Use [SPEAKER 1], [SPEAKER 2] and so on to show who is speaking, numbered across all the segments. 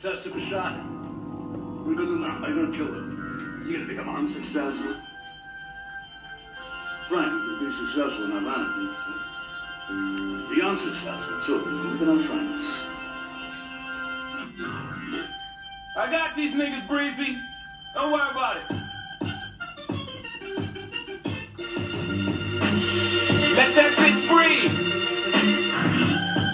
[SPEAKER 1] Test him a shot. We're gonna not. I'm gonna kill him. You're gonna become unsuccessful. Frank will be successful in Havana. The unsuccessful too. Even our friends.
[SPEAKER 2] I got these niggas, Breezy. Don't worry about it. Let that bitch breathe.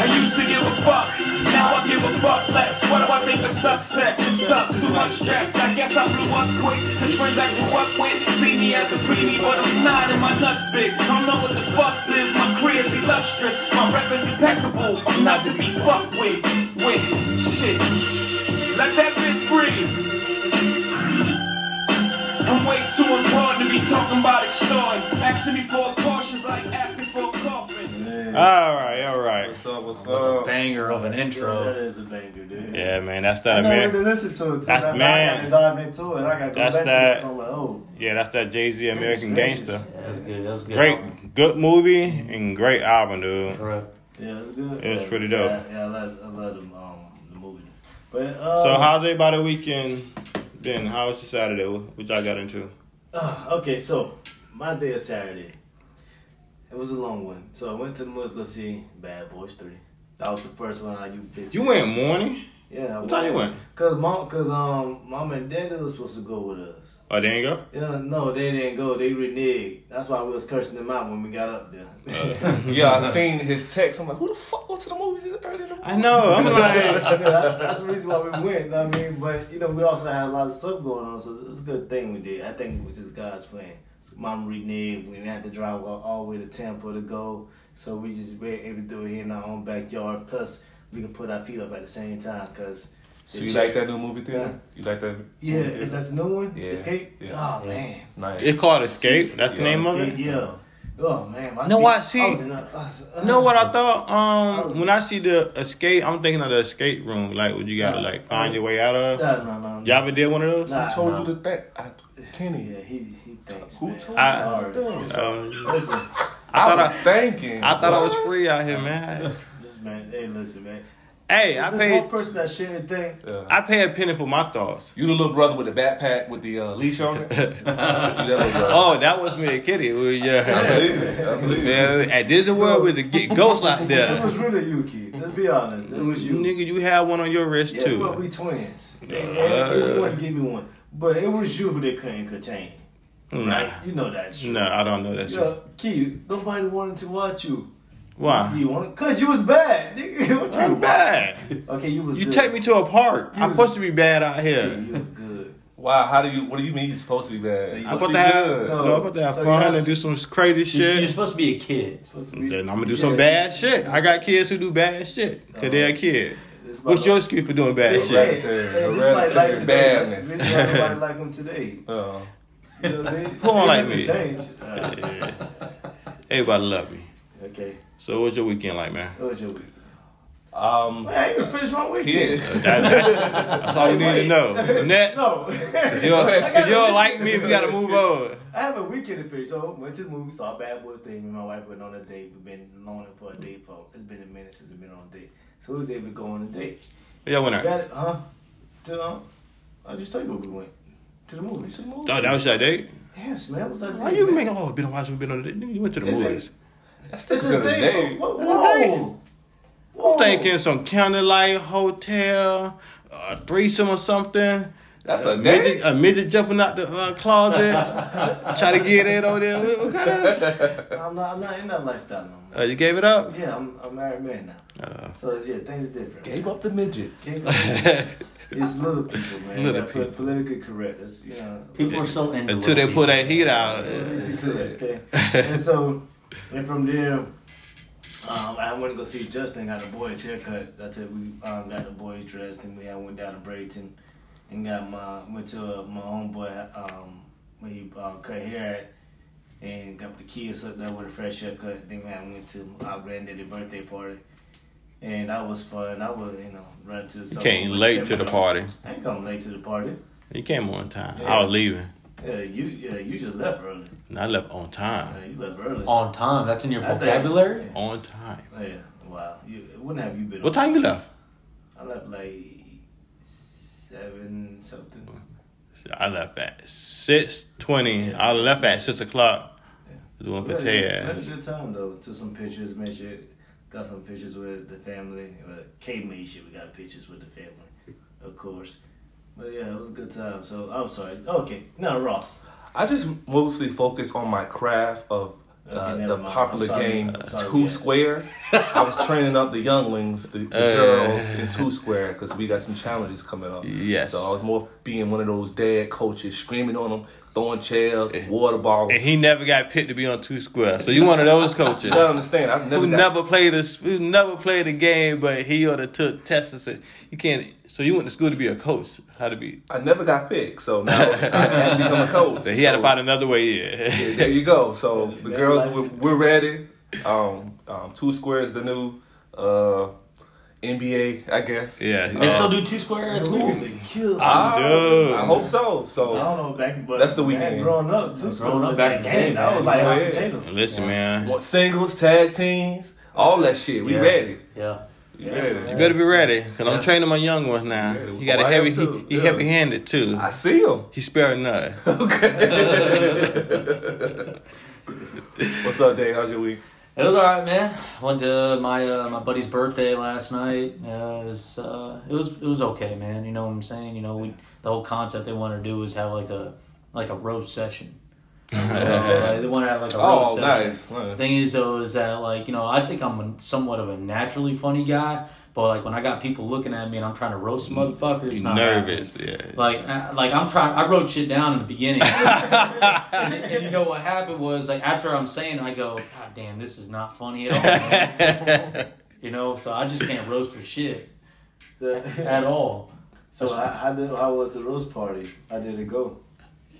[SPEAKER 2] I used to give a fuck, now I give a fuck less. What do I think of success? It sucks, too much stress. I guess I blew up quick. Cause friends I grew up with see me as a preemie, but I'm not, and my nuts big. Don't know what the fuss is. My career's illustrious, my rep is impeccable. I'm not to be fucked with. With shit. Let that bitch breathe. I'm way too important to be talking about extorting. Asking me for a portion's like asking for a coffin.
[SPEAKER 3] Yeah.
[SPEAKER 4] All right, all right.
[SPEAKER 2] What's up? What's
[SPEAKER 5] A
[SPEAKER 2] up?
[SPEAKER 5] banger of an
[SPEAKER 3] that
[SPEAKER 5] intro.
[SPEAKER 3] is a banger, dude.
[SPEAKER 4] Yeah, man, that's
[SPEAKER 3] I
[SPEAKER 4] that
[SPEAKER 3] know where to
[SPEAKER 4] Amer-
[SPEAKER 3] listen to it.
[SPEAKER 4] That's-
[SPEAKER 3] That's
[SPEAKER 4] man.
[SPEAKER 3] I gotta dive into it. I gotta go
[SPEAKER 4] That's
[SPEAKER 3] back
[SPEAKER 4] that-
[SPEAKER 3] to it. So I'm like, oh,
[SPEAKER 4] Yeah, that's that Jay Z American
[SPEAKER 3] Goodness
[SPEAKER 4] Gangster.
[SPEAKER 3] gracious.
[SPEAKER 5] That's good. That's good. album.
[SPEAKER 4] Great, good movie and great album, dude.
[SPEAKER 5] Correct.
[SPEAKER 3] yeah, it's good.
[SPEAKER 4] It was
[SPEAKER 3] Yeah,
[SPEAKER 4] pretty dope.
[SPEAKER 3] Yeah, yeah I love, I love them, um, the movie. But um,
[SPEAKER 4] So how's everybody weekend? Then how was your Saturday? Wh- What y'all got into?
[SPEAKER 3] Uh, okay, so my day is Saturday. It was a long one. So I went to the movies to go see Bad Boys 3. That was the first one I you bitch.
[SPEAKER 4] You went morning.
[SPEAKER 3] Yeah. I
[SPEAKER 4] What time you went?
[SPEAKER 3] Cause mom, cause um, mom and daddy was supposed to go with us.
[SPEAKER 4] Oh, didn't go.
[SPEAKER 3] Yeah, no, they didn't go. They reneged. That's why we was cursing them out when we got up there.
[SPEAKER 2] Uh. Yeah, I seen his text. I'm like, who the fuck go to the movies this early in the
[SPEAKER 4] I know. I'm like,
[SPEAKER 3] Yeah, that- that's the reason why we went. You know what I mean? But you know, we also had a lot of stuff going on, so it's a good thing we did. I think it was just God's plan. Mom reneged. We didn't have to drive all, all the way to Tampa to go, so we just were able to do it here in our own backyard. Plus, we could put our feet up at the same time because.
[SPEAKER 2] So you like that new movie theater? You like that?
[SPEAKER 3] Yeah,
[SPEAKER 2] movie theater?
[SPEAKER 3] is that the new one?
[SPEAKER 2] Yeah.
[SPEAKER 3] Escape.
[SPEAKER 2] Yeah.
[SPEAKER 3] Oh man.
[SPEAKER 2] It's nice.
[SPEAKER 4] it's called Escape. That's the
[SPEAKER 2] Yeah,
[SPEAKER 4] name of
[SPEAKER 3] Escape,
[SPEAKER 4] it.
[SPEAKER 3] Yeah. Oh man. my
[SPEAKER 4] Know
[SPEAKER 3] feet-
[SPEAKER 4] what, see-
[SPEAKER 3] I was in a- I was-
[SPEAKER 4] You know what I thought? Um, when I see the escape, I'm thinking of the escape room, like where you gotta like find your way out of.
[SPEAKER 3] Nah, nah, nah.
[SPEAKER 4] Y'all ever did one of those?
[SPEAKER 3] Nah,
[SPEAKER 2] Who told
[SPEAKER 3] nah.
[SPEAKER 2] you to think? I, Kenny.
[SPEAKER 3] Yeah, he he thinks.
[SPEAKER 2] Who
[SPEAKER 3] man.
[SPEAKER 2] told
[SPEAKER 4] I-
[SPEAKER 2] you to think?
[SPEAKER 4] Um,
[SPEAKER 3] Listen,
[SPEAKER 4] I
[SPEAKER 2] I,
[SPEAKER 4] thought
[SPEAKER 2] was
[SPEAKER 4] I,
[SPEAKER 2] thinking.
[SPEAKER 4] I thought I was free out here, man.
[SPEAKER 3] this man. Hey, listen, man.
[SPEAKER 4] Hey, I
[SPEAKER 3] this
[SPEAKER 4] paid.
[SPEAKER 3] one person that shared the thing.
[SPEAKER 2] Yeah.
[SPEAKER 4] I pay a penny for my thoughts.
[SPEAKER 2] You the little brother with the backpack with the uh, leash on it? you that little brother.
[SPEAKER 4] Oh, that was me and Kitty. Well,
[SPEAKER 2] I
[SPEAKER 4] yeah.
[SPEAKER 2] believe it. I believe it.
[SPEAKER 4] yeah. At Disney World, we could get ghosts out
[SPEAKER 3] It
[SPEAKER 4] there.
[SPEAKER 3] was really you, kid. Let's be honest. It was you.
[SPEAKER 4] Nigga, you had one on your wrist
[SPEAKER 3] yeah, well,
[SPEAKER 4] too.
[SPEAKER 3] we twins. And- and
[SPEAKER 4] Yeah.
[SPEAKER 3] you wouldn't give me one, but it was you who they couldn't contain.
[SPEAKER 4] Nah,
[SPEAKER 3] You know that shit.
[SPEAKER 4] no, I don't know that shit.
[SPEAKER 3] Yo, Key, nobody wanted to watch you.
[SPEAKER 4] Why?
[SPEAKER 3] You wanted, cause you was bad. nigga. What you
[SPEAKER 4] I'm bad.
[SPEAKER 3] Okay, you was.
[SPEAKER 4] You
[SPEAKER 3] good.
[SPEAKER 4] take me to a park. I'm
[SPEAKER 3] was-
[SPEAKER 4] supposed to be bad out here.
[SPEAKER 3] You was good.
[SPEAKER 2] Wow, how do you, what do you mean he's supposed to be bad? He's
[SPEAKER 4] I'm
[SPEAKER 2] supposed
[SPEAKER 4] about
[SPEAKER 2] to
[SPEAKER 4] to
[SPEAKER 2] be
[SPEAKER 4] have,
[SPEAKER 2] good.
[SPEAKER 4] no, I'm about to have
[SPEAKER 3] So
[SPEAKER 4] fun
[SPEAKER 3] that's-
[SPEAKER 4] and do some crazy
[SPEAKER 5] You're, you're
[SPEAKER 4] shit.
[SPEAKER 5] supposed to be a kid.
[SPEAKER 3] Supposed to be-
[SPEAKER 4] Then I'm gonna do
[SPEAKER 3] Yeah.
[SPEAKER 4] some bad shit. I got kids who do bad shit because they're a kid.
[SPEAKER 3] It's about
[SPEAKER 4] What's your excuse for doing bad
[SPEAKER 3] Hey,
[SPEAKER 4] shit?
[SPEAKER 2] Right.
[SPEAKER 3] hey,
[SPEAKER 2] Hereditary-
[SPEAKER 3] just like- like
[SPEAKER 2] hereditary
[SPEAKER 3] today,
[SPEAKER 2] badness.
[SPEAKER 3] this is why Nobody like him today.
[SPEAKER 2] Uh,
[SPEAKER 3] You know what I mean?
[SPEAKER 4] Come on, like me.
[SPEAKER 3] Change. Uh,
[SPEAKER 4] Yeah. Everybody love me.
[SPEAKER 3] okay.
[SPEAKER 4] So what's your weekend like, man?
[SPEAKER 3] What was your week?
[SPEAKER 2] um,
[SPEAKER 3] I ain't even finished my weekend.
[SPEAKER 2] yeah.
[SPEAKER 4] That- that's, that's all you need to know. Next,
[SPEAKER 3] No.
[SPEAKER 4] you don't, you don't like me, we gotta move on.
[SPEAKER 3] I have a weekend to finish. So went to the movie, saw Bad Boy Thing. Me and my wife went on a date. We've been loaning for a date for it's been a minute since we've been on a date. So we was able to go on a date.
[SPEAKER 4] Yeah, when I,
[SPEAKER 3] Got it, huh? To, um, I just told you where we went. To the movies. To the movies.
[SPEAKER 4] oh, that was your date.
[SPEAKER 3] yes, man. It was like
[SPEAKER 4] Why you making? Oh, been watching, been on the date. Nigga, You went to the movies.
[SPEAKER 2] That's the
[SPEAKER 3] This is a date.
[SPEAKER 2] day.
[SPEAKER 3] Whoa.
[SPEAKER 4] date.
[SPEAKER 3] Whoa. Whoa.
[SPEAKER 4] Thinking some county light hotel, uh, threesome or something.
[SPEAKER 2] That's a
[SPEAKER 4] midget,
[SPEAKER 2] day.
[SPEAKER 4] a midget jumping out the uh, closet, try to get in over there. What, what kind of?
[SPEAKER 3] I'm not. I'm not in that lifestyle no more.
[SPEAKER 4] Uh, you gave it up.
[SPEAKER 3] Yeah, I'm I'm a married man now. so it's, yeah, things are different.
[SPEAKER 2] Gave up the midgets.
[SPEAKER 3] It's little people, man.
[SPEAKER 4] Little
[SPEAKER 3] Little people. Politically correct. It's you know.
[SPEAKER 5] People are so into
[SPEAKER 4] Until they pull that heat out.
[SPEAKER 3] it's correct, okay. and so, and from there, um, I went to go see Justin. Got a boy's haircut. That's it. We um, got the boys dressed, and we I went down to Bradenton and got my went to uh, my homeboy um, when he uh, cut hair at. And got the kids up there with a fresh haircut. Then I went to our granddaddy's birthday party, and that was fun. I was, you know, run to.
[SPEAKER 4] You came late to the party.
[SPEAKER 3] I ain't come late to the party.
[SPEAKER 4] You came on time.
[SPEAKER 3] Yeah.
[SPEAKER 4] I was leaving.
[SPEAKER 3] Yeah, you yeah, you just left early.
[SPEAKER 4] And I left on
[SPEAKER 3] Yeah,
[SPEAKER 4] time.
[SPEAKER 3] you left early.
[SPEAKER 5] on time. That's in your
[SPEAKER 3] I think-
[SPEAKER 5] vocabulary.
[SPEAKER 4] On time.
[SPEAKER 3] Oh, Yeah, wow. You, when have you been?
[SPEAKER 4] What time you left?
[SPEAKER 3] I left like seven something.
[SPEAKER 4] I left at six twenty. I left at six o'clock. Doing
[SPEAKER 3] We had a good- we had
[SPEAKER 4] potatoes.
[SPEAKER 3] a good time though. Took some pictures, made sure got some pictures with the family. Well, K made sure we got pictures with the family, of course. But yeah, it was a good time. So I'm sorry. Okay, no Ross.
[SPEAKER 6] I just mostly focus on my craft of uh,
[SPEAKER 3] Okay, never
[SPEAKER 6] the
[SPEAKER 3] mind.
[SPEAKER 6] popular
[SPEAKER 3] I'm sorry.
[SPEAKER 6] game
[SPEAKER 3] I'm Uh, sorry,
[SPEAKER 6] Two
[SPEAKER 3] yeah.
[SPEAKER 6] Square. I was training up the younglings, the, the
[SPEAKER 4] Uh.
[SPEAKER 6] girls in Two Square, because we got some challenges coming up.
[SPEAKER 4] Yes.
[SPEAKER 6] So I was more being one of those dad coaches, screaming on them, throwing chairs, water bottles.
[SPEAKER 4] And he never got picked to be on two square. So you one of those coaches
[SPEAKER 6] You gotta understand, I've never
[SPEAKER 4] who
[SPEAKER 6] got-
[SPEAKER 4] never played a who never played a game, but he ought to took tests and said you can't. So you went to school to be a coach. How to be?
[SPEAKER 6] I never got picked, so now I had to become a coach.
[SPEAKER 4] So he had to
[SPEAKER 6] So-
[SPEAKER 4] find another way in.
[SPEAKER 6] there you go. So the
[SPEAKER 3] Man,
[SPEAKER 6] girls,
[SPEAKER 3] like-
[SPEAKER 6] we're, we're ready. Um, um, two squares, the new uh, NBA, I guess. Uh,
[SPEAKER 4] yeah.
[SPEAKER 5] They still
[SPEAKER 4] Um,
[SPEAKER 5] do two square at
[SPEAKER 3] We
[SPEAKER 5] school.
[SPEAKER 3] used to kill.
[SPEAKER 6] I,
[SPEAKER 4] Dude.
[SPEAKER 6] I hope so.
[SPEAKER 3] I don't
[SPEAKER 6] So
[SPEAKER 3] know back, but
[SPEAKER 6] That's the
[SPEAKER 3] man,
[SPEAKER 6] weekend.
[SPEAKER 3] Growing up, too,
[SPEAKER 5] Growing
[SPEAKER 3] that
[SPEAKER 5] up back in the
[SPEAKER 3] game,
[SPEAKER 5] day,
[SPEAKER 3] I was
[SPEAKER 5] man.
[SPEAKER 3] like,
[SPEAKER 6] Yeah.
[SPEAKER 3] hot potato.
[SPEAKER 4] Listen, man.
[SPEAKER 6] want singles, tag teams, all that shit. We
[SPEAKER 5] Yeah.
[SPEAKER 6] ready.
[SPEAKER 5] Yeah.
[SPEAKER 6] We
[SPEAKER 3] Yeah,
[SPEAKER 6] ready.
[SPEAKER 3] man.
[SPEAKER 4] You better be ready, cause I'm
[SPEAKER 5] Yeah.
[SPEAKER 4] training my young ones now.
[SPEAKER 6] Yeah,
[SPEAKER 4] He got a
[SPEAKER 6] well, I
[SPEAKER 4] heavy.
[SPEAKER 6] am too.
[SPEAKER 4] He, he
[SPEAKER 6] Yeah.
[SPEAKER 4] heavy-handed too.
[SPEAKER 6] I see them.
[SPEAKER 4] He spare none.
[SPEAKER 6] What's up, Dave? How's your week?
[SPEAKER 5] It was all right, man. Went to my uh, my buddy's birthday last night. Uh, it was uh, it was it was okay, man. You know what I'm saying? You know, we the whole concept they wanted to do was have like a like a roast session. Like, they want to have like a roast
[SPEAKER 6] Oh,
[SPEAKER 5] session.
[SPEAKER 6] nice.
[SPEAKER 5] The
[SPEAKER 6] nice.
[SPEAKER 5] thing is though is that like you know I think I'm a, somewhat of a naturally funny guy, but like when I got people looking at me and I'm trying to roast motherfuckers,
[SPEAKER 4] He's
[SPEAKER 5] it's not
[SPEAKER 4] nervous.
[SPEAKER 5] happening.
[SPEAKER 4] Yeah.
[SPEAKER 5] Like, I, like I'm trying. I wrote shit down in the beginning, and, and you know what happened was like after I'm saying, it, I go, God damn, this is not funny at all. man." you know, so I just can't roast for shit at all.
[SPEAKER 3] So how, how, did, how was the roast party? How did it go?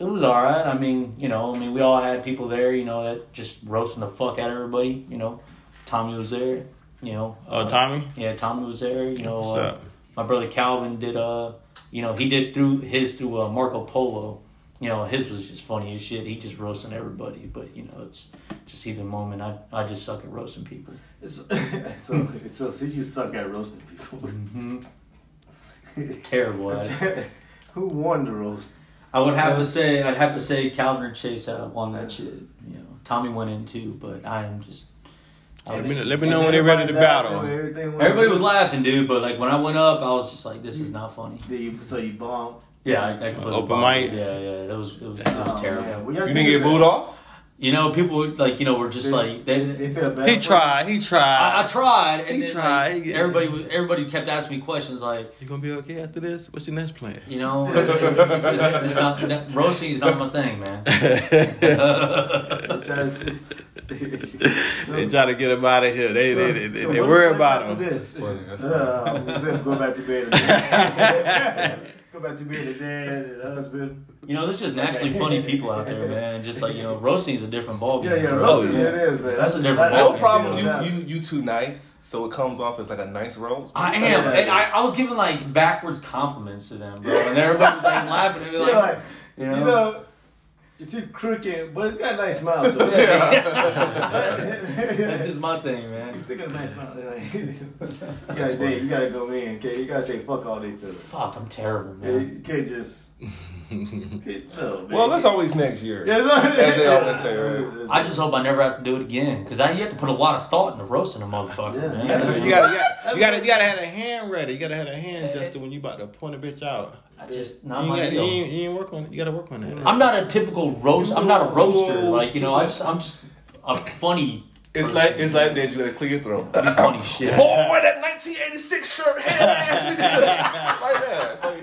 [SPEAKER 5] It was all right. I mean, you know, I mean, we all had people there, you know, that just roasting the fuck out of everybody. You know, Tommy was there. You know,
[SPEAKER 4] Oh,
[SPEAKER 5] uh,
[SPEAKER 4] Tommy.
[SPEAKER 5] Yeah, Tommy was there. You know,
[SPEAKER 4] What's
[SPEAKER 5] uh,
[SPEAKER 4] up?
[SPEAKER 5] my brother Calvin did. Uh, you know, he did through his through uh, Marco Polo. You know, his was just funny as shit. He just roasting everybody, but you know, it's just either moment. I I just suck at roasting people.
[SPEAKER 3] It's, so, so since you suck at roasting people,
[SPEAKER 5] hmm Terrible. At it.
[SPEAKER 3] who won the roast?
[SPEAKER 5] I would have to say I'd have to say Calvin or Chase had won that shit. You know, Tommy went in too, but I am just. I
[SPEAKER 4] Let
[SPEAKER 5] was-
[SPEAKER 4] me, let me know when they're ready to battle.
[SPEAKER 3] Everything went-
[SPEAKER 5] Everybody was laughing, dude, but like when I went up, I was just like, "This is not funny."
[SPEAKER 3] Did you, so you bombed.
[SPEAKER 5] Yeah, I, I completely
[SPEAKER 4] Open
[SPEAKER 5] bombed.
[SPEAKER 4] mic?
[SPEAKER 5] Yeah, yeah, that was it was, it was
[SPEAKER 3] Oh,
[SPEAKER 5] terrible.
[SPEAKER 3] man. Well, y'all
[SPEAKER 6] You
[SPEAKER 3] niggas
[SPEAKER 6] didn't get
[SPEAKER 3] are-
[SPEAKER 6] booed off?
[SPEAKER 5] You know, people were like, you know, were just like they.
[SPEAKER 3] They feel bad.
[SPEAKER 4] He
[SPEAKER 3] for
[SPEAKER 4] tried. He
[SPEAKER 5] I, I
[SPEAKER 4] tried.
[SPEAKER 5] tried, and
[SPEAKER 4] He
[SPEAKER 5] then,
[SPEAKER 4] tried.
[SPEAKER 5] like, everybody, was, everybody kept asking me questions like,
[SPEAKER 4] You gonna be okay after this? What's your next plan?
[SPEAKER 5] you know, just, just not, that- roasting is not my thing, man.
[SPEAKER 3] them. Just- so,
[SPEAKER 4] They try to get him out of here. They they, they, they,
[SPEAKER 3] so
[SPEAKER 4] they
[SPEAKER 3] what
[SPEAKER 4] worry
[SPEAKER 3] is
[SPEAKER 4] about
[SPEAKER 3] left
[SPEAKER 4] him.
[SPEAKER 3] after This?
[SPEAKER 6] Funny, that's
[SPEAKER 3] Uh, we're gonna go back to bed. go back to bed today. That was good.
[SPEAKER 5] You know, there's just naturally funny people out there, man. Just like you know, roasting is a different ballgame.
[SPEAKER 3] Yeah, yeah,
[SPEAKER 5] bro.
[SPEAKER 3] roasting,
[SPEAKER 4] Oh, yeah.
[SPEAKER 3] it is, man.
[SPEAKER 5] That's a different
[SPEAKER 3] that-
[SPEAKER 6] No
[SPEAKER 5] That's
[SPEAKER 6] problem.
[SPEAKER 3] that's-
[SPEAKER 6] You, you you too nice, so it comes off as like a nice rose.
[SPEAKER 5] I am, and I, I was giving like backwards compliments to them, bro, and everybody was like laughing. They were
[SPEAKER 3] You're
[SPEAKER 5] like,
[SPEAKER 3] like,
[SPEAKER 5] you
[SPEAKER 3] you
[SPEAKER 5] know,
[SPEAKER 3] know, your teeth crooked, but it's got a nice smile to it.
[SPEAKER 5] that's just my thing, man.
[SPEAKER 3] You still got a nice smile. Like, you, gotta, date, you gotta go in, okay? You gotta say fuck all they feelings.
[SPEAKER 5] Fuck, I'm terrible,
[SPEAKER 3] Yeah,
[SPEAKER 5] man.
[SPEAKER 3] You can't just. no, man.
[SPEAKER 6] Well, that's always next year.
[SPEAKER 3] Yeah, that's all-
[SPEAKER 6] As they always say, right?
[SPEAKER 5] I just hope I never have to do it again, because you have to put a lot of thought into roasting a motherfucker,
[SPEAKER 3] Yeah,
[SPEAKER 5] man.
[SPEAKER 3] yeah.
[SPEAKER 5] You know?
[SPEAKER 4] You gotta, you, gotta, you, gotta, you gotta have a hand ready. You gotta have a hand Justin when you about to point a bitch out.
[SPEAKER 5] I just
[SPEAKER 4] You,
[SPEAKER 5] not my
[SPEAKER 4] gotta, you,
[SPEAKER 5] deal.
[SPEAKER 4] ain't, you ain't work on it. You gotta work on that.
[SPEAKER 5] I'm not a typical roast. I'm not a roaster.
[SPEAKER 4] Roast.
[SPEAKER 5] Like you know, I just I'm just a funny.
[SPEAKER 6] It's like it's like that you got a clear throat.
[SPEAKER 5] I do funny shit.
[SPEAKER 6] Oh, wear that 1986 shirt, head ass nigga. like that. So,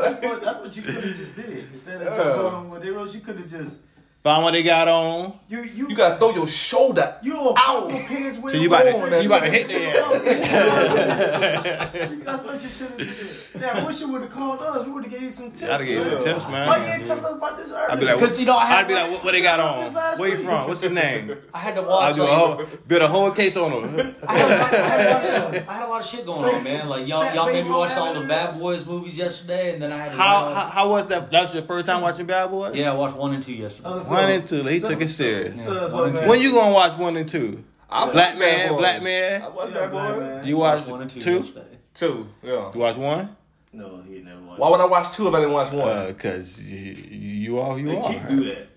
[SPEAKER 3] that's what, that's what you could have just did. Instead of
[SPEAKER 6] Yeah.
[SPEAKER 3] just going with they roast, you could have just
[SPEAKER 4] Find what they got on.
[SPEAKER 3] you you
[SPEAKER 6] you gotta throw your shoulder.
[SPEAKER 3] you all
[SPEAKER 6] Ow.
[SPEAKER 3] your pants
[SPEAKER 4] So
[SPEAKER 3] with
[SPEAKER 4] you about
[SPEAKER 6] on,
[SPEAKER 4] to,
[SPEAKER 6] man.
[SPEAKER 4] you about to hit their ass.
[SPEAKER 3] That's what you should have did. Yeah, I wish you would have called us. We would have gave you some tips.
[SPEAKER 4] Gotta get some
[SPEAKER 3] man.
[SPEAKER 4] tips,
[SPEAKER 3] Why you
[SPEAKER 4] man.
[SPEAKER 3] ain't telling us about this earlier?
[SPEAKER 4] I'd be like, what,
[SPEAKER 5] Because you know I
[SPEAKER 4] I'd
[SPEAKER 5] had
[SPEAKER 4] be like, what, what they got on?
[SPEAKER 3] This last
[SPEAKER 4] Where you
[SPEAKER 3] week.
[SPEAKER 4] from? What's your name?
[SPEAKER 5] I had to
[SPEAKER 4] I'll
[SPEAKER 5] watch.
[SPEAKER 4] do a
[SPEAKER 5] like,
[SPEAKER 4] whole, oh, build a whole case on them.
[SPEAKER 5] I had, a lot- I had a lot of shit- I had a lot of shit going on, man. Like y'all, y'all made me watch all the Bad Boys movies yesterday, and then I had to uh,
[SPEAKER 4] How, how how was that? That was your first time watching Bad Boys?
[SPEAKER 5] yeah, I watched one and two yesterday.
[SPEAKER 3] Oh, so-
[SPEAKER 4] One and two. He
[SPEAKER 3] so-
[SPEAKER 4] took it serious.
[SPEAKER 3] So, so,
[SPEAKER 5] One and
[SPEAKER 3] man,
[SPEAKER 5] two.
[SPEAKER 4] When you gonna watch one and two?
[SPEAKER 6] I'm
[SPEAKER 4] Black man, black
[SPEAKER 6] I
[SPEAKER 4] man.
[SPEAKER 6] was
[SPEAKER 3] Yeah,
[SPEAKER 6] that
[SPEAKER 3] black
[SPEAKER 6] boy.
[SPEAKER 3] man.
[SPEAKER 4] You
[SPEAKER 5] I watched
[SPEAKER 4] watch
[SPEAKER 5] one and two,
[SPEAKER 4] two?
[SPEAKER 5] yesterday.
[SPEAKER 6] Two. Yeah.
[SPEAKER 4] You watch one?
[SPEAKER 3] No, he never watched.
[SPEAKER 6] Why would I watch two if I didn't watch one?
[SPEAKER 4] Uh, cause you, you are who you
[SPEAKER 3] They
[SPEAKER 4] are.
[SPEAKER 3] keep do that.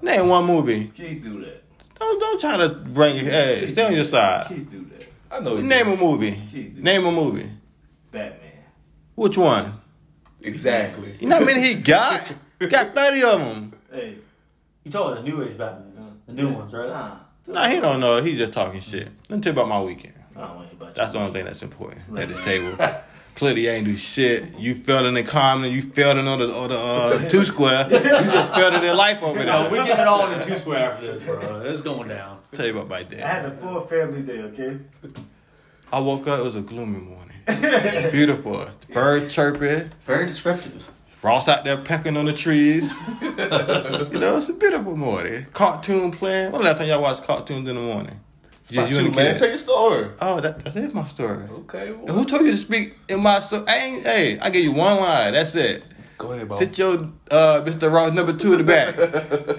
[SPEAKER 4] Name one movie.
[SPEAKER 3] Keith do that.
[SPEAKER 4] Don't don't try to bring your head. Stay on your side.
[SPEAKER 3] Keith do that.
[SPEAKER 6] I know. you
[SPEAKER 4] Name
[SPEAKER 6] do.
[SPEAKER 4] a movie.
[SPEAKER 3] Keith do
[SPEAKER 4] Name a movie.
[SPEAKER 3] Batman.
[SPEAKER 4] Which one?
[SPEAKER 6] exactly.
[SPEAKER 4] You know how many he got? Got thirty of them.
[SPEAKER 3] Hey,
[SPEAKER 5] You talking the new age Batman, the new ones, right?
[SPEAKER 3] nah.
[SPEAKER 4] Nah, he don't know. He's just talking shit. Let me tell you about my weekend.
[SPEAKER 3] I don't worry about
[SPEAKER 4] That's
[SPEAKER 3] you.
[SPEAKER 4] the only thing that's important at this table. Clearly, you ain't do shit. You failed in the common. You failed in on the, on the uh, two square. You just failed in your life over
[SPEAKER 5] No, we
[SPEAKER 4] there.
[SPEAKER 5] get it all in two square after this, bro. It's going down.
[SPEAKER 4] Tell you about my
[SPEAKER 3] I
[SPEAKER 4] day.
[SPEAKER 3] had a full family day, okay?
[SPEAKER 4] I woke up. It was a gloomy morning. Beautiful. Bird chirping.
[SPEAKER 5] Very descriptive.
[SPEAKER 4] Frost out there pecking on the trees. you know, it's a beautiful morning. Cartoon playing. When the last time y'all watched cartoons in the morning?
[SPEAKER 6] It's about
[SPEAKER 4] you and
[SPEAKER 6] you,
[SPEAKER 4] the
[SPEAKER 6] man.
[SPEAKER 4] kid.
[SPEAKER 6] Tell your story.
[SPEAKER 4] Oh, that, that is my story.
[SPEAKER 6] Okay.
[SPEAKER 4] And Who told you to speak in my story? I ain't, hey, I give you one line. That's it.
[SPEAKER 6] Go ahead, boss.
[SPEAKER 4] Sit your uh, Mr. Ross number two in the back.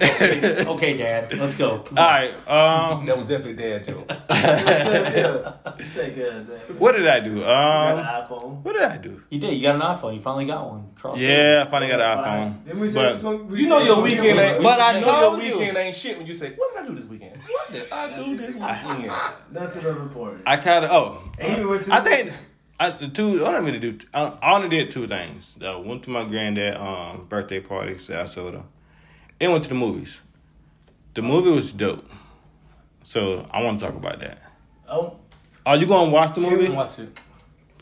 [SPEAKER 5] Okay, Dad, let's go.
[SPEAKER 4] All right. Um,
[SPEAKER 6] That was definitely dad joke.
[SPEAKER 3] yeah. Just take care of that.
[SPEAKER 4] what did I do?
[SPEAKER 3] Got
[SPEAKER 4] Um,
[SPEAKER 3] an iPhone.
[SPEAKER 4] what did I do?
[SPEAKER 5] You did. You got an iPhone. You finally got one. Cross
[SPEAKER 4] Yeah, I finally got
[SPEAKER 3] Alright.
[SPEAKER 4] an
[SPEAKER 3] Then we
[SPEAKER 4] iPhone.
[SPEAKER 3] said
[SPEAKER 4] But
[SPEAKER 3] between- we
[SPEAKER 6] You know
[SPEAKER 3] said
[SPEAKER 6] your
[SPEAKER 3] between-
[SPEAKER 6] weekend ain't.
[SPEAKER 4] But I
[SPEAKER 6] you know
[SPEAKER 4] told you.
[SPEAKER 6] your weekend ain't shit when you say, "What did I do this weekend? What did I do this weekend?"
[SPEAKER 3] Nothing of importance.
[SPEAKER 4] I kind of oh,
[SPEAKER 3] And you went to
[SPEAKER 4] I
[SPEAKER 3] the
[SPEAKER 4] think
[SPEAKER 3] beach.
[SPEAKER 4] I the two. I don't really do. I I only did two things. I went to my granddad' um birthday party, Sarasota, and went to the movies. The movie was dope, so I want to talk about that.
[SPEAKER 3] Oh,
[SPEAKER 4] Are you gonna watch the movie?
[SPEAKER 6] Watch it.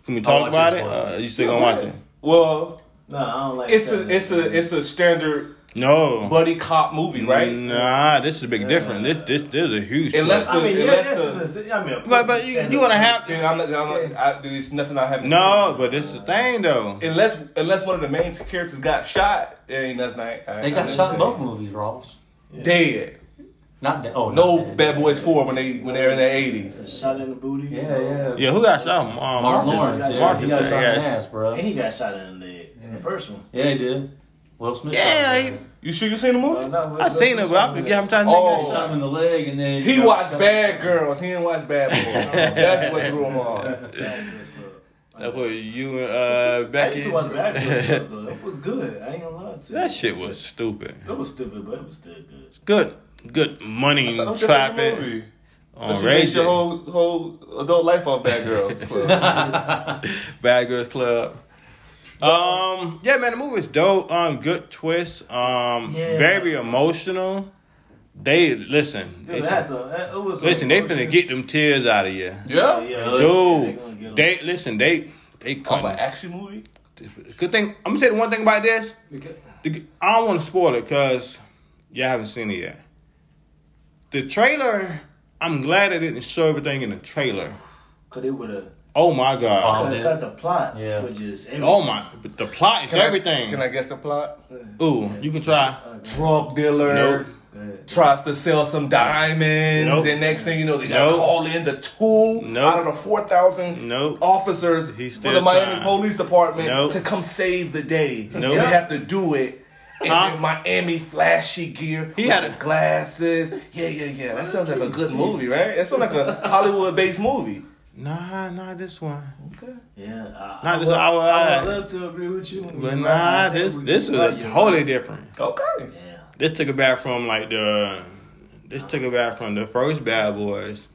[SPEAKER 4] Can we talk
[SPEAKER 5] watch
[SPEAKER 4] about
[SPEAKER 5] it
[SPEAKER 4] it?
[SPEAKER 5] for
[SPEAKER 4] Uh, you still gonna watch it?
[SPEAKER 6] Well,
[SPEAKER 3] no, I don't like
[SPEAKER 6] it's
[SPEAKER 3] that.
[SPEAKER 6] a it's a it's a standard
[SPEAKER 4] No,
[SPEAKER 6] buddy cop movie, right?
[SPEAKER 4] Nah, this is a big difference. This this this is a huge.
[SPEAKER 6] Unless
[SPEAKER 4] twist.
[SPEAKER 3] I mean, yeah,
[SPEAKER 6] Unless
[SPEAKER 3] that's the, I mean, of
[SPEAKER 4] but
[SPEAKER 3] course
[SPEAKER 4] but you
[SPEAKER 3] it's
[SPEAKER 4] you gonna have
[SPEAKER 6] Then I'm not. I'm not I, there's nothing I haven't
[SPEAKER 4] no, but it's the thing though.
[SPEAKER 6] seen. Unless unless one of the main characters got shot, it ain't nothing. I, I,
[SPEAKER 5] They
[SPEAKER 6] I
[SPEAKER 5] got
[SPEAKER 6] never
[SPEAKER 5] shot
[SPEAKER 6] seen.
[SPEAKER 5] in both movies, Ross.
[SPEAKER 6] Dead.
[SPEAKER 5] Not dead. Oh,
[SPEAKER 6] No
[SPEAKER 5] not
[SPEAKER 6] Bad Boys Four when they when they're in their eighties.
[SPEAKER 3] Shot in the booty. you
[SPEAKER 5] Yeah,
[SPEAKER 3] know?
[SPEAKER 5] yeah.
[SPEAKER 4] Yeah, who got shot? Um,
[SPEAKER 5] Martin
[SPEAKER 4] Marcus.
[SPEAKER 5] Lawrence. Yeah,
[SPEAKER 4] Marcus
[SPEAKER 5] he got shot in the
[SPEAKER 4] got-
[SPEAKER 5] ass, bro.
[SPEAKER 3] And he got shot in the leg in the first one.
[SPEAKER 5] Yeah, he did. Will Smith.
[SPEAKER 4] Yeah,
[SPEAKER 5] shot
[SPEAKER 4] he-
[SPEAKER 5] him.
[SPEAKER 6] You sure you seen the
[SPEAKER 3] Uh,
[SPEAKER 6] movie?
[SPEAKER 3] no, we-
[SPEAKER 4] I seen it, but I forget how many times.
[SPEAKER 6] Oh.
[SPEAKER 4] they got shot.
[SPEAKER 5] shot him in the leg, and then
[SPEAKER 6] He
[SPEAKER 5] you know,
[SPEAKER 6] watched
[SPEAKER 5] shot-
[SPEAKER 6] Bad Girls. He didn't watch Bad Boys. That's what threw him off.
[SPEAKER 4] Oh. That was you and uh,
[SPEAKER 3] I
[SPEAKER 4] Becky.
[SPEAKER 3] used to watch Bad Boys, though. It was good. I ain't gonna lie to you.
[SPEAKER 4] That shit was stupid.
[SPEAKER 3] It was stupid, but it was still good.
[SPEAKER 4] Good, good money
[SPEAKER 6] That was your favorite
[SPEAKER 4] trapping
[SPEAKER 6] movie.
[SPEAKER 4] on
[SPEAKER 6] you based
[SPEAKER 4] radio.
[SPEAKER 6] your whole whole adult life off Bad Girls Club.
[SPEAKER 4] Bad Girls Club. Um, yeah, man, the movie is dope. Um, good twist. Um,
[SPEAKER 3] Yeah.
[SPEAKER 4] very emotional. They listen.
[SPEAKER 3] Dude,
[SPEAKER 4] it's-
[SPEAKER 3] that's a, that, it was
[SPEAKER 4] listen,
[SPEAKER 3] some
[SPEAKER 4] they finna
[SPEAKER 3] emotions.
[SPEAKER 4] get them tears out of you,
[SPEAKER 3] Yeah, yeah,
[SPEAKER 6] yeah.
[SPEAKER 3] they gonna get 'em.
[SPEAKER 4] dude. They listen. They they
[SPEAKER 6] Off an
[SPEAKER 4] cut.
[SPEAKER 6] action movie.
[SPEAKER 4] Good thing. I'm gonna say the one thing about this.
[SPEAKER 3] Because-
[SPEAKER 4] The, I don't want to spoil it because y'all haven't seen it yet. The trailer, I'm glad they didn't show everything in the trailer.
[SPEAKER 3] Cause it would have
[SPEAKER 4] Oh my god.
[SPEAKER 5] Oh, man.
[SPEAKER 3] cut the plot,
[SPEAKER 5] Yeah.
[SPEAKER 3] which is
[SPEAKER 4] Oh my, but the plot is
[SPEAKER 6] Can I-
[SPEAKER 4] everything.
[SPEAKER 6] can I guess the plot?
[SPEAKER 4] Ooh, you can try.
[SPEAKER 6] Drug dealer
[SPEAKER 4] Nope.
[SPEAKER 6] tries to sell some diamonds,
[SPEAKER 4] Nope.
[SPEAKER 6] and next thing you know, they got
[SPEAKER 4] Nope.
[SPEAKER 6] called in the two
[SPEAKER 4] Nope.
[SPEAKER 6] out of the four thousand
[SPEAKER 4] Nope.
[SPEAKER 6] officers
[SPEAKER 4] He's
[SPEAKER 6] for
[SPEAKER 4] still
[SPEAKER 6] the Miami
[SPEAKER 4] trying.
[SPEAKER 6] Police Department
[SPEAKER 4] Nope.
[SPEAKER 6] to come save the day.
[SPEAKER 4] Nope.
[SPEAKER 6] And they have to do it. in
[SPEAKER 4] Huh?
[SPEAKER 6] their Miami flashy gear,
[SPEAKER 4] He
[SPEAKER 6] with
[SPEAKER 4] had
[SPEAKER 6] the
[SPEAKER 4] a-
[SPEAKER 6] glasses. Yeah, yeah, yeah. That sounds like a good movie, right? That sounds like a Hollywood-based movie.
[SPEAKER 4] Nah, nah, this one.
[SPEAKER 3] Yeah, I,
[SPEAKER 4] Not
[SPEAKER 3] I
[SPEAKER 4] this
[SPEAKER 3] would-
[SPEAKER 4] hour,
[SPEAKER 3] I
[SPEAKER 4] uh,
[SPEAKER 3] would love to agree with you.
[SPEAKER 4] But nah, this this is a totally different.
[SPEAKER 6] Okay.
[SPEAKER 3] Yeah,
[SPEAKER 4] This took it back from like the, this took it back from the first Bad Boys,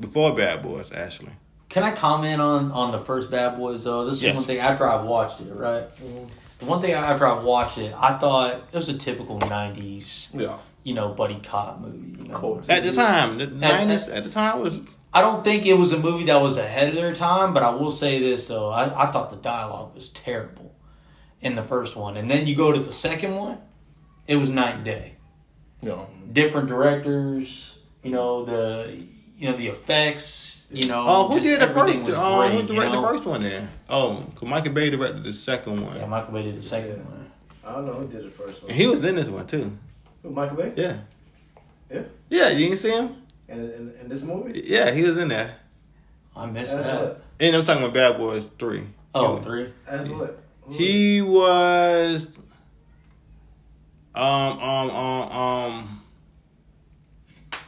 [SPEAKER 4] before Bad Boys actually.
[SPEAKER 5] Can I comment on on the first Bad Boys though? This is
[SPEAKER 4] Yes.
[SPEAKER 5] one thing after I watched it, right? The one thing after I watched it, I thought it was a typical '90s,
[SPEAKER 6] Yeah.
[SPEAKER 5] you know, buddy cop movie. You know? Of
[SPEAKER 6] course.
[SPEAKER 4] At the time, the
[SPEAKER 5] Mm-hmm. at- um,
[SPEAKER 4] nineties. At the time was
[SPEAKER 5] I don't think it was a movie that was ahead of their time, but I will say this though: I, I thought the dialogue was terrible in the first one, and then you go to the second one, it was night and day.
[SPEAKER 6] Yeah.
[SPEAKER 5] Different directors, you know the, you know the effects, you know.
[SPEAKER 4] Oh, who
[SPEAKER 5] just
[SPEAKER 4] did the
[SPEAKER 5] everything
[SPEAKER 4] first?
[SPEAKER 5] was
[SPEAKER 4] Um,
[SPEAKER 5] great,
[SPEAKER 4] who
[SPEAKER 5] you
[SPEAKER 4] directed
[SPEAKER 5] know?
[SPEAKER 4] the first one? Then oh, 'cause Michael Bay directed the second one.
[SPEAKER 5] Yeah, Michael Bay did the second one.
[SPEAKER 3] I don't know who did the first one.
[SPEAKER 4] and he was in this one too.
[SPEAKER 3] Who, Michael Bay
[SPEAKER 4] Yeah.
[SPEAKER 3] Yeah?
[SPEAKER 4] Yeah. You didn't see him?
[SPEAKER 3] and in, in, this movie.
[SPEAKER 4] Yeah, he was in there.
[SPEAKER 5] I missed
[SPEAKER 3] As
[SPEAKER 5] that.
[SPEAKER 3] what?
[SPEAKER 4] And I'm talking about Bad Boys Three.
[SPEAKER 5] Oh, three.
[SPEAKER 3] As what? Who-
[SPEAKER 4] He was. Um um um um.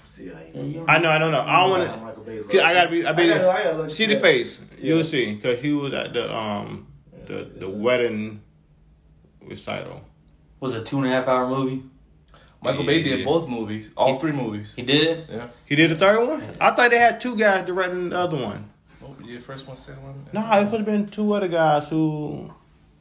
[SPEAKER 3] See how you.
[SPEAKER 4] I know I don't know. I don't want
[SPEAKER 3] Michael Bay
[SPEAKER 4] to. I gotta be.
[SPEAKER 3] I gotta-
[SPEAKER 4] I,
[SPEAKER 3] I
[SPEAKER 4] be
[SPEAKER 3] gotta look
[SPEAKER 4] see the
[SPEAKER 3] at-
[SPEAKER 4] face.
[SPEAKER 3] Yeah.
[SPEAKER 4] You'll see because he was at the um the the
[SPEAKER 3] It's a-
[SPEAKER 4] wedding recital.
[SPEAKER 5] Was it a two and a half hour movie?
[SPEAKER 6] Michael Bay did
[SPEAKER 4] Yeah.
[SPEAKER 6] both movies, all three movies.
[SPEAKER 5] He did.
[SPEAKER 6] Yeah.
[SPEAKER 4] He did the third one. I thought they had two guys directing the other one.
[SPEAKER 6] Oh, you did the first one, second one.
[SPEAKER 4] No, it could have been two other guys who.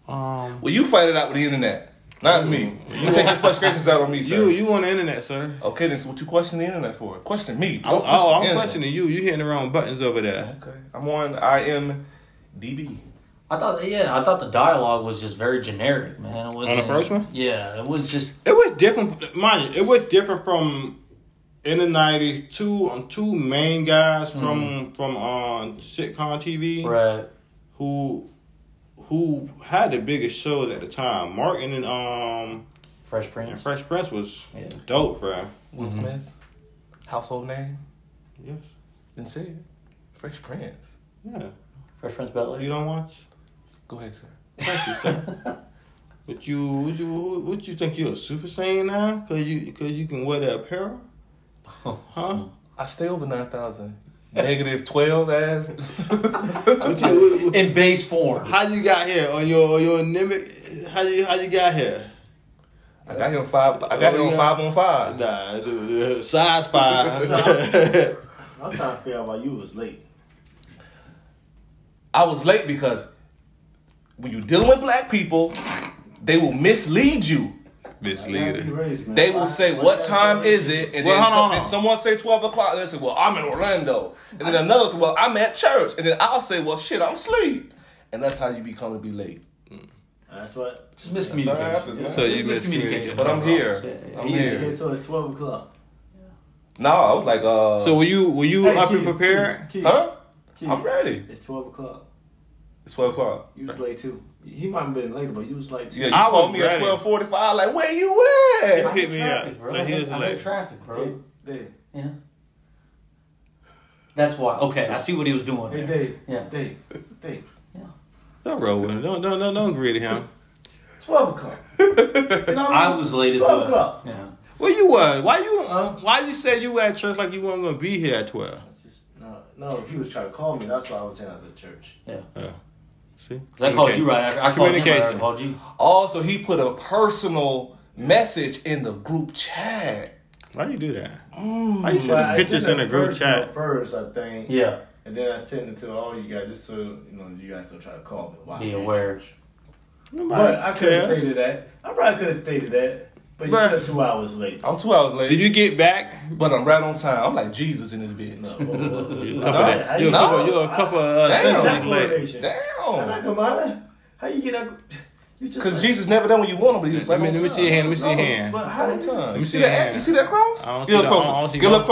[SPEAKER 4] Um,
[SPEAKER 6] Well, you fight it out with the internet, not me. You take your frustrations out on me, sir.
[SPEAKER 4] you you on the internet, sir?
[SPEAKER 6] Okay, then so what you question the internet for? Question me.
[SPEAKER 4] I'm,
[SPEAKER 6] Don't
[SPEAKER 4] oh, I'm
[SPEAKER 6] the internet.
[SPEAKER 4] questioning you. You hitting the wrong buttons over there.
[SPEAKER 6] Okay, I'm on IMDb.
[SPEAKER 5] I thought, yeah, I thought the dialogue was just very generic, man. It was
[SPEAKER 4] the first one?
[SPEAKER 5] Yeah, it was just
[SPEAKER 4] It was different, mind you. It was different from in the '90s. Two um, two main guys from from um, sitcom TV
[SPEAKER 5] right.
[SPEAKER 4] who who had the biggest shows at the time. Martin and um
[SPEAKER 5] Fresh
[SPEAKER 4] and
[SPEAKER 5] Prince.
[SPEAKER 4] Fresh Prince was
[SPEAKER 5] Yeah.
[SPEAKER 4] dope, bruh.
[SPEAKER 6] Will Smith, household name,
[SPEAKER 4] Yes,
[SPEAKER 6] then say it. Fresh Prince.
[SPEAKER 4] yeah.
[SPEAKER 5] Fresh Prince
[SPEAKER 4] You
[SPEAKER 5] Belly.
[SPEAKER 4] don't watch.
[SPEAKER 6] Go ahead, sir.
[SPEAKER 4] Thank you, sir. What you what you who- what you think you're a super saiyan now? Cause you cause you can wear that apparel, huh?
[SPEAKER 6] I stay over nine thousand. Negative twelve ass.
[SPEAKER 4] What you, what-
[SPEAKER 5] In base form.
[SPEAKER 4] how you got here on your on your anemic? How you how you got here?
[SPEAKER 6] I got him five. I got
[SPEAKER 4] Oh,
[SPEAKER 6] him
[SPEAKER 4] yeah.
[SPEAKER 6] five on five.
[SPEAKER 4] Nah, dude, uh, size five.
[SPEAKER 3] I'm trying to figure out why you was late.
[SPEAKER 6] I was late because when you're dealing with black people, they will mislead you.
[SPEAKER 3] Happy race, man.
[SPEAKER 6] They will
[SPEAKER 3] Why-
[SPEAKER 6] say,
[SPEAKER 3] why
[SPEAKER 6] "What
[SPEAKER 3] you
[SPEAKER 6] time
[SPEAKER 3] gotta
[SPEAKER 6] is it?" And
[SPEAKER 4] Well,
[SPEAKER 6] then
[SPEAKER 4] hold on,
[SPEAKER 6] some-
[SPEAKER 4] hold on.
[SPEAKER 6] someone say twelve o'clock, and they say, "Well, I'm in Orlando." And then another say, "Well, I'm at church." And then I'll say, "Well, shit, I'm asleep." And that's how you become to be late.
[SPEAKER 3] go- That's what.
[SPEAKER 5] Just
[SPEAKER 6] That's how it happens,
[SPEAKER 5] miscommunication.
[SPEAKER 6] man.
[SPEAKER 4] So you miscommunicated.
[SPEAKER 6] But I'm here.
[SPEAKER 5] Yeah,
[SPEAKER 6] I'm
[SPEAKER 5] he is
[SPEAKER 6] here.
[SPEAKER 3] So it's twelve o'clock.
[SPEAKER 6] No, I was like, uh,
[SPEAKER 4] So were you were you
[SPEAKER 3] Hey,
[SPEAKER 4] up and
[SPEAKER 3] Keith,
[SPEAKER 4] prepared?
[SPEAKER 3] Keith, Keith,
[SPEAKER 6] huh?
[SPEAKER 3] Keith,
[SPEAKER 6] I'm ready.
[SPEAKER 3] It's twelve o'clock.
[SPEAKER 6] It's twelve o'clock.
[SPEAKER 3] You was late too. He might have been later, but you was late too.
[SPEAKER 6] Yeah, you
[SPEAKER 4] I was
[SPEAKER 6] called me at
[SPEAKER 4] ready.
[SPEAKER 6] twelve forty-five. Like, where you
[SPEAKER 4] He
[SPEAKER 6] at?
[SPEAKER 4] hit me
[SPEAKER 5] Traffic,
[SPEAKER 4] up.
[SPEAKER 5] bro.
[SPEAKER 4] So he was
[SPEAKER 5] I'm in
[SPEAKER 4] late.
[SPEAKER 5] traffic,
[SPEAKER 3] Hey,
[SPEAKER 5] bro.
[SPEAKER 3] Dave.
[SPEAKER 5] Yeah. That's why. Okay, I see what he was doing.
[SPEAKER 3] Hey,
[SPEAKER 5] there.
[SPEAKER 3] Dave.
[SPEAKER 5] Yeah.
[SPEAKER 3] Dave. Dave.
[SPEAKER 4] Don't roll with him. Don't don't don't, don't agree to him.
[SPEAKER 3] Twelve o'clock. You know what
[SPEAKER 5] I
[SPEAKER 3] mean?
[SPEAKER 5] was uh, late as
[SPEAKER 3] Twelve
[SPEAKER 5] well.
[SPEAKER 3] o'clock.
[SPEAKER 5] Yeah.
[SPEAKER 4] Where you was? Why you
[SPEAKER 3] Huh?
[SPEAKER 4] why you said you at church like you weren't gonna be here at twelve?
[SPEAKER 3] That's just no, no. He was trying to call me. That's why I was saying I was at church.
[SPEAKER 4] Yeah. See?
[SPEAKER 5] 'Cause I called you right after. I called him right after I
[SPEAKER 4] Communication.
[SPEAKER 5] called you.
[SPEAKER 6] Also, he put a personal message in the group chat.
[SPEAKER 4] Why you do that? Why you
[SPEAKER 3] But
[SPEAKER 4] sending
[SPEAKER 3] I
[SPEAKER 4] pictures
[SPEAKER 3] sent
[SPEAKER 4] in a group
[SPEAKER 3] personal
[SPEAKER 4] chat?
[SPEAKER 3] first, I think.
[SPEAKER 5] Yeah.
[SPEAKER 3] And then I sent it to all you guys just so you know you guys don't try to call me. Why
[SPEAKER 5] Be
[SPEAKER 3] I'm at
[SPEAKER 5] aware.
[SPEAKER 3] church.
[SPEAKER 4] Nobody
[SPEAKER 3] But I could have
[SPEAKER 4] cares.
[SPEAKER 3] stated that. I probably could have stated that. But you
[SPEAKER 4] Bruh.
[SPEAKER 3] still two hours late.
[SPEAKER 6] I'm two hours late.
[SPEAKER 4] Did you get back?
[SPEAKER 6] But I'm right on time. I'm like Jesus in this bitch.
[SPEAKER 3] No, whoa, whoa, whoa.
[SPEAKER 4] You're a
[SPEAKER 6] No,
[SPEAKER 4] couple, of
[SPEAKER 3] how
[SPEAKER 4] you're
[SPEAKER 3] you
[SPEAKER 4] a couple,
[SPEAKER 3] know?
[SPEAKER 4] you're a couple of uh,
[SPEAKER 6] Damn.
[SPEAKER 4] sentences
[SPEAKER 3] That's
[SPEAKER 4] late.
[SPEAKER 3] motivation. How that
[SPEAKER 6] Damn.
[SPEAKER 3] come out of? How you get up? You just
[SPEAKER 6] Because
[SPEAKER 3] like-
[SPEAKER 6] Jesus never done what you want him, but he was
[SPEAKER 4] Let
[SPEAKER 6] right
[SPEAKER 4] me,
[SPEAKER 6] on
[SPEAKER 4] let me
[SPEAKER 6] time.
[SPEAKER 4] see your hand. Let me see your
[SPEAKER 3] No,
[SPEAKER 4] hand.
[SPEAKER 3] But how you-
[SPEAKER 6] Time. You
[SPEAKER 4] me
[SPEAKER 6] see
[SPEAKER 4] see
[SPEAKER 6] that?
[SPEAKER 4] your
[SPEAKER 6] ass?
[SPEAKER 4] hand.
[SPEAKER 6] You see that cross?
[SPEAKER 4] I don't
[SPEAKER 6] Get
[SPEAKER 4] see
[SPEAKER 6] up
[SPEAKER 4] that. I
[SPEAKER 6] closer.
[SPEAKER 4] don't- I don't see
[SPEAKER 6] Get up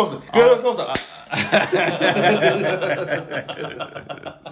[SPEAKER 4] mine.
[SPEAKER 6] closer. Get up closer.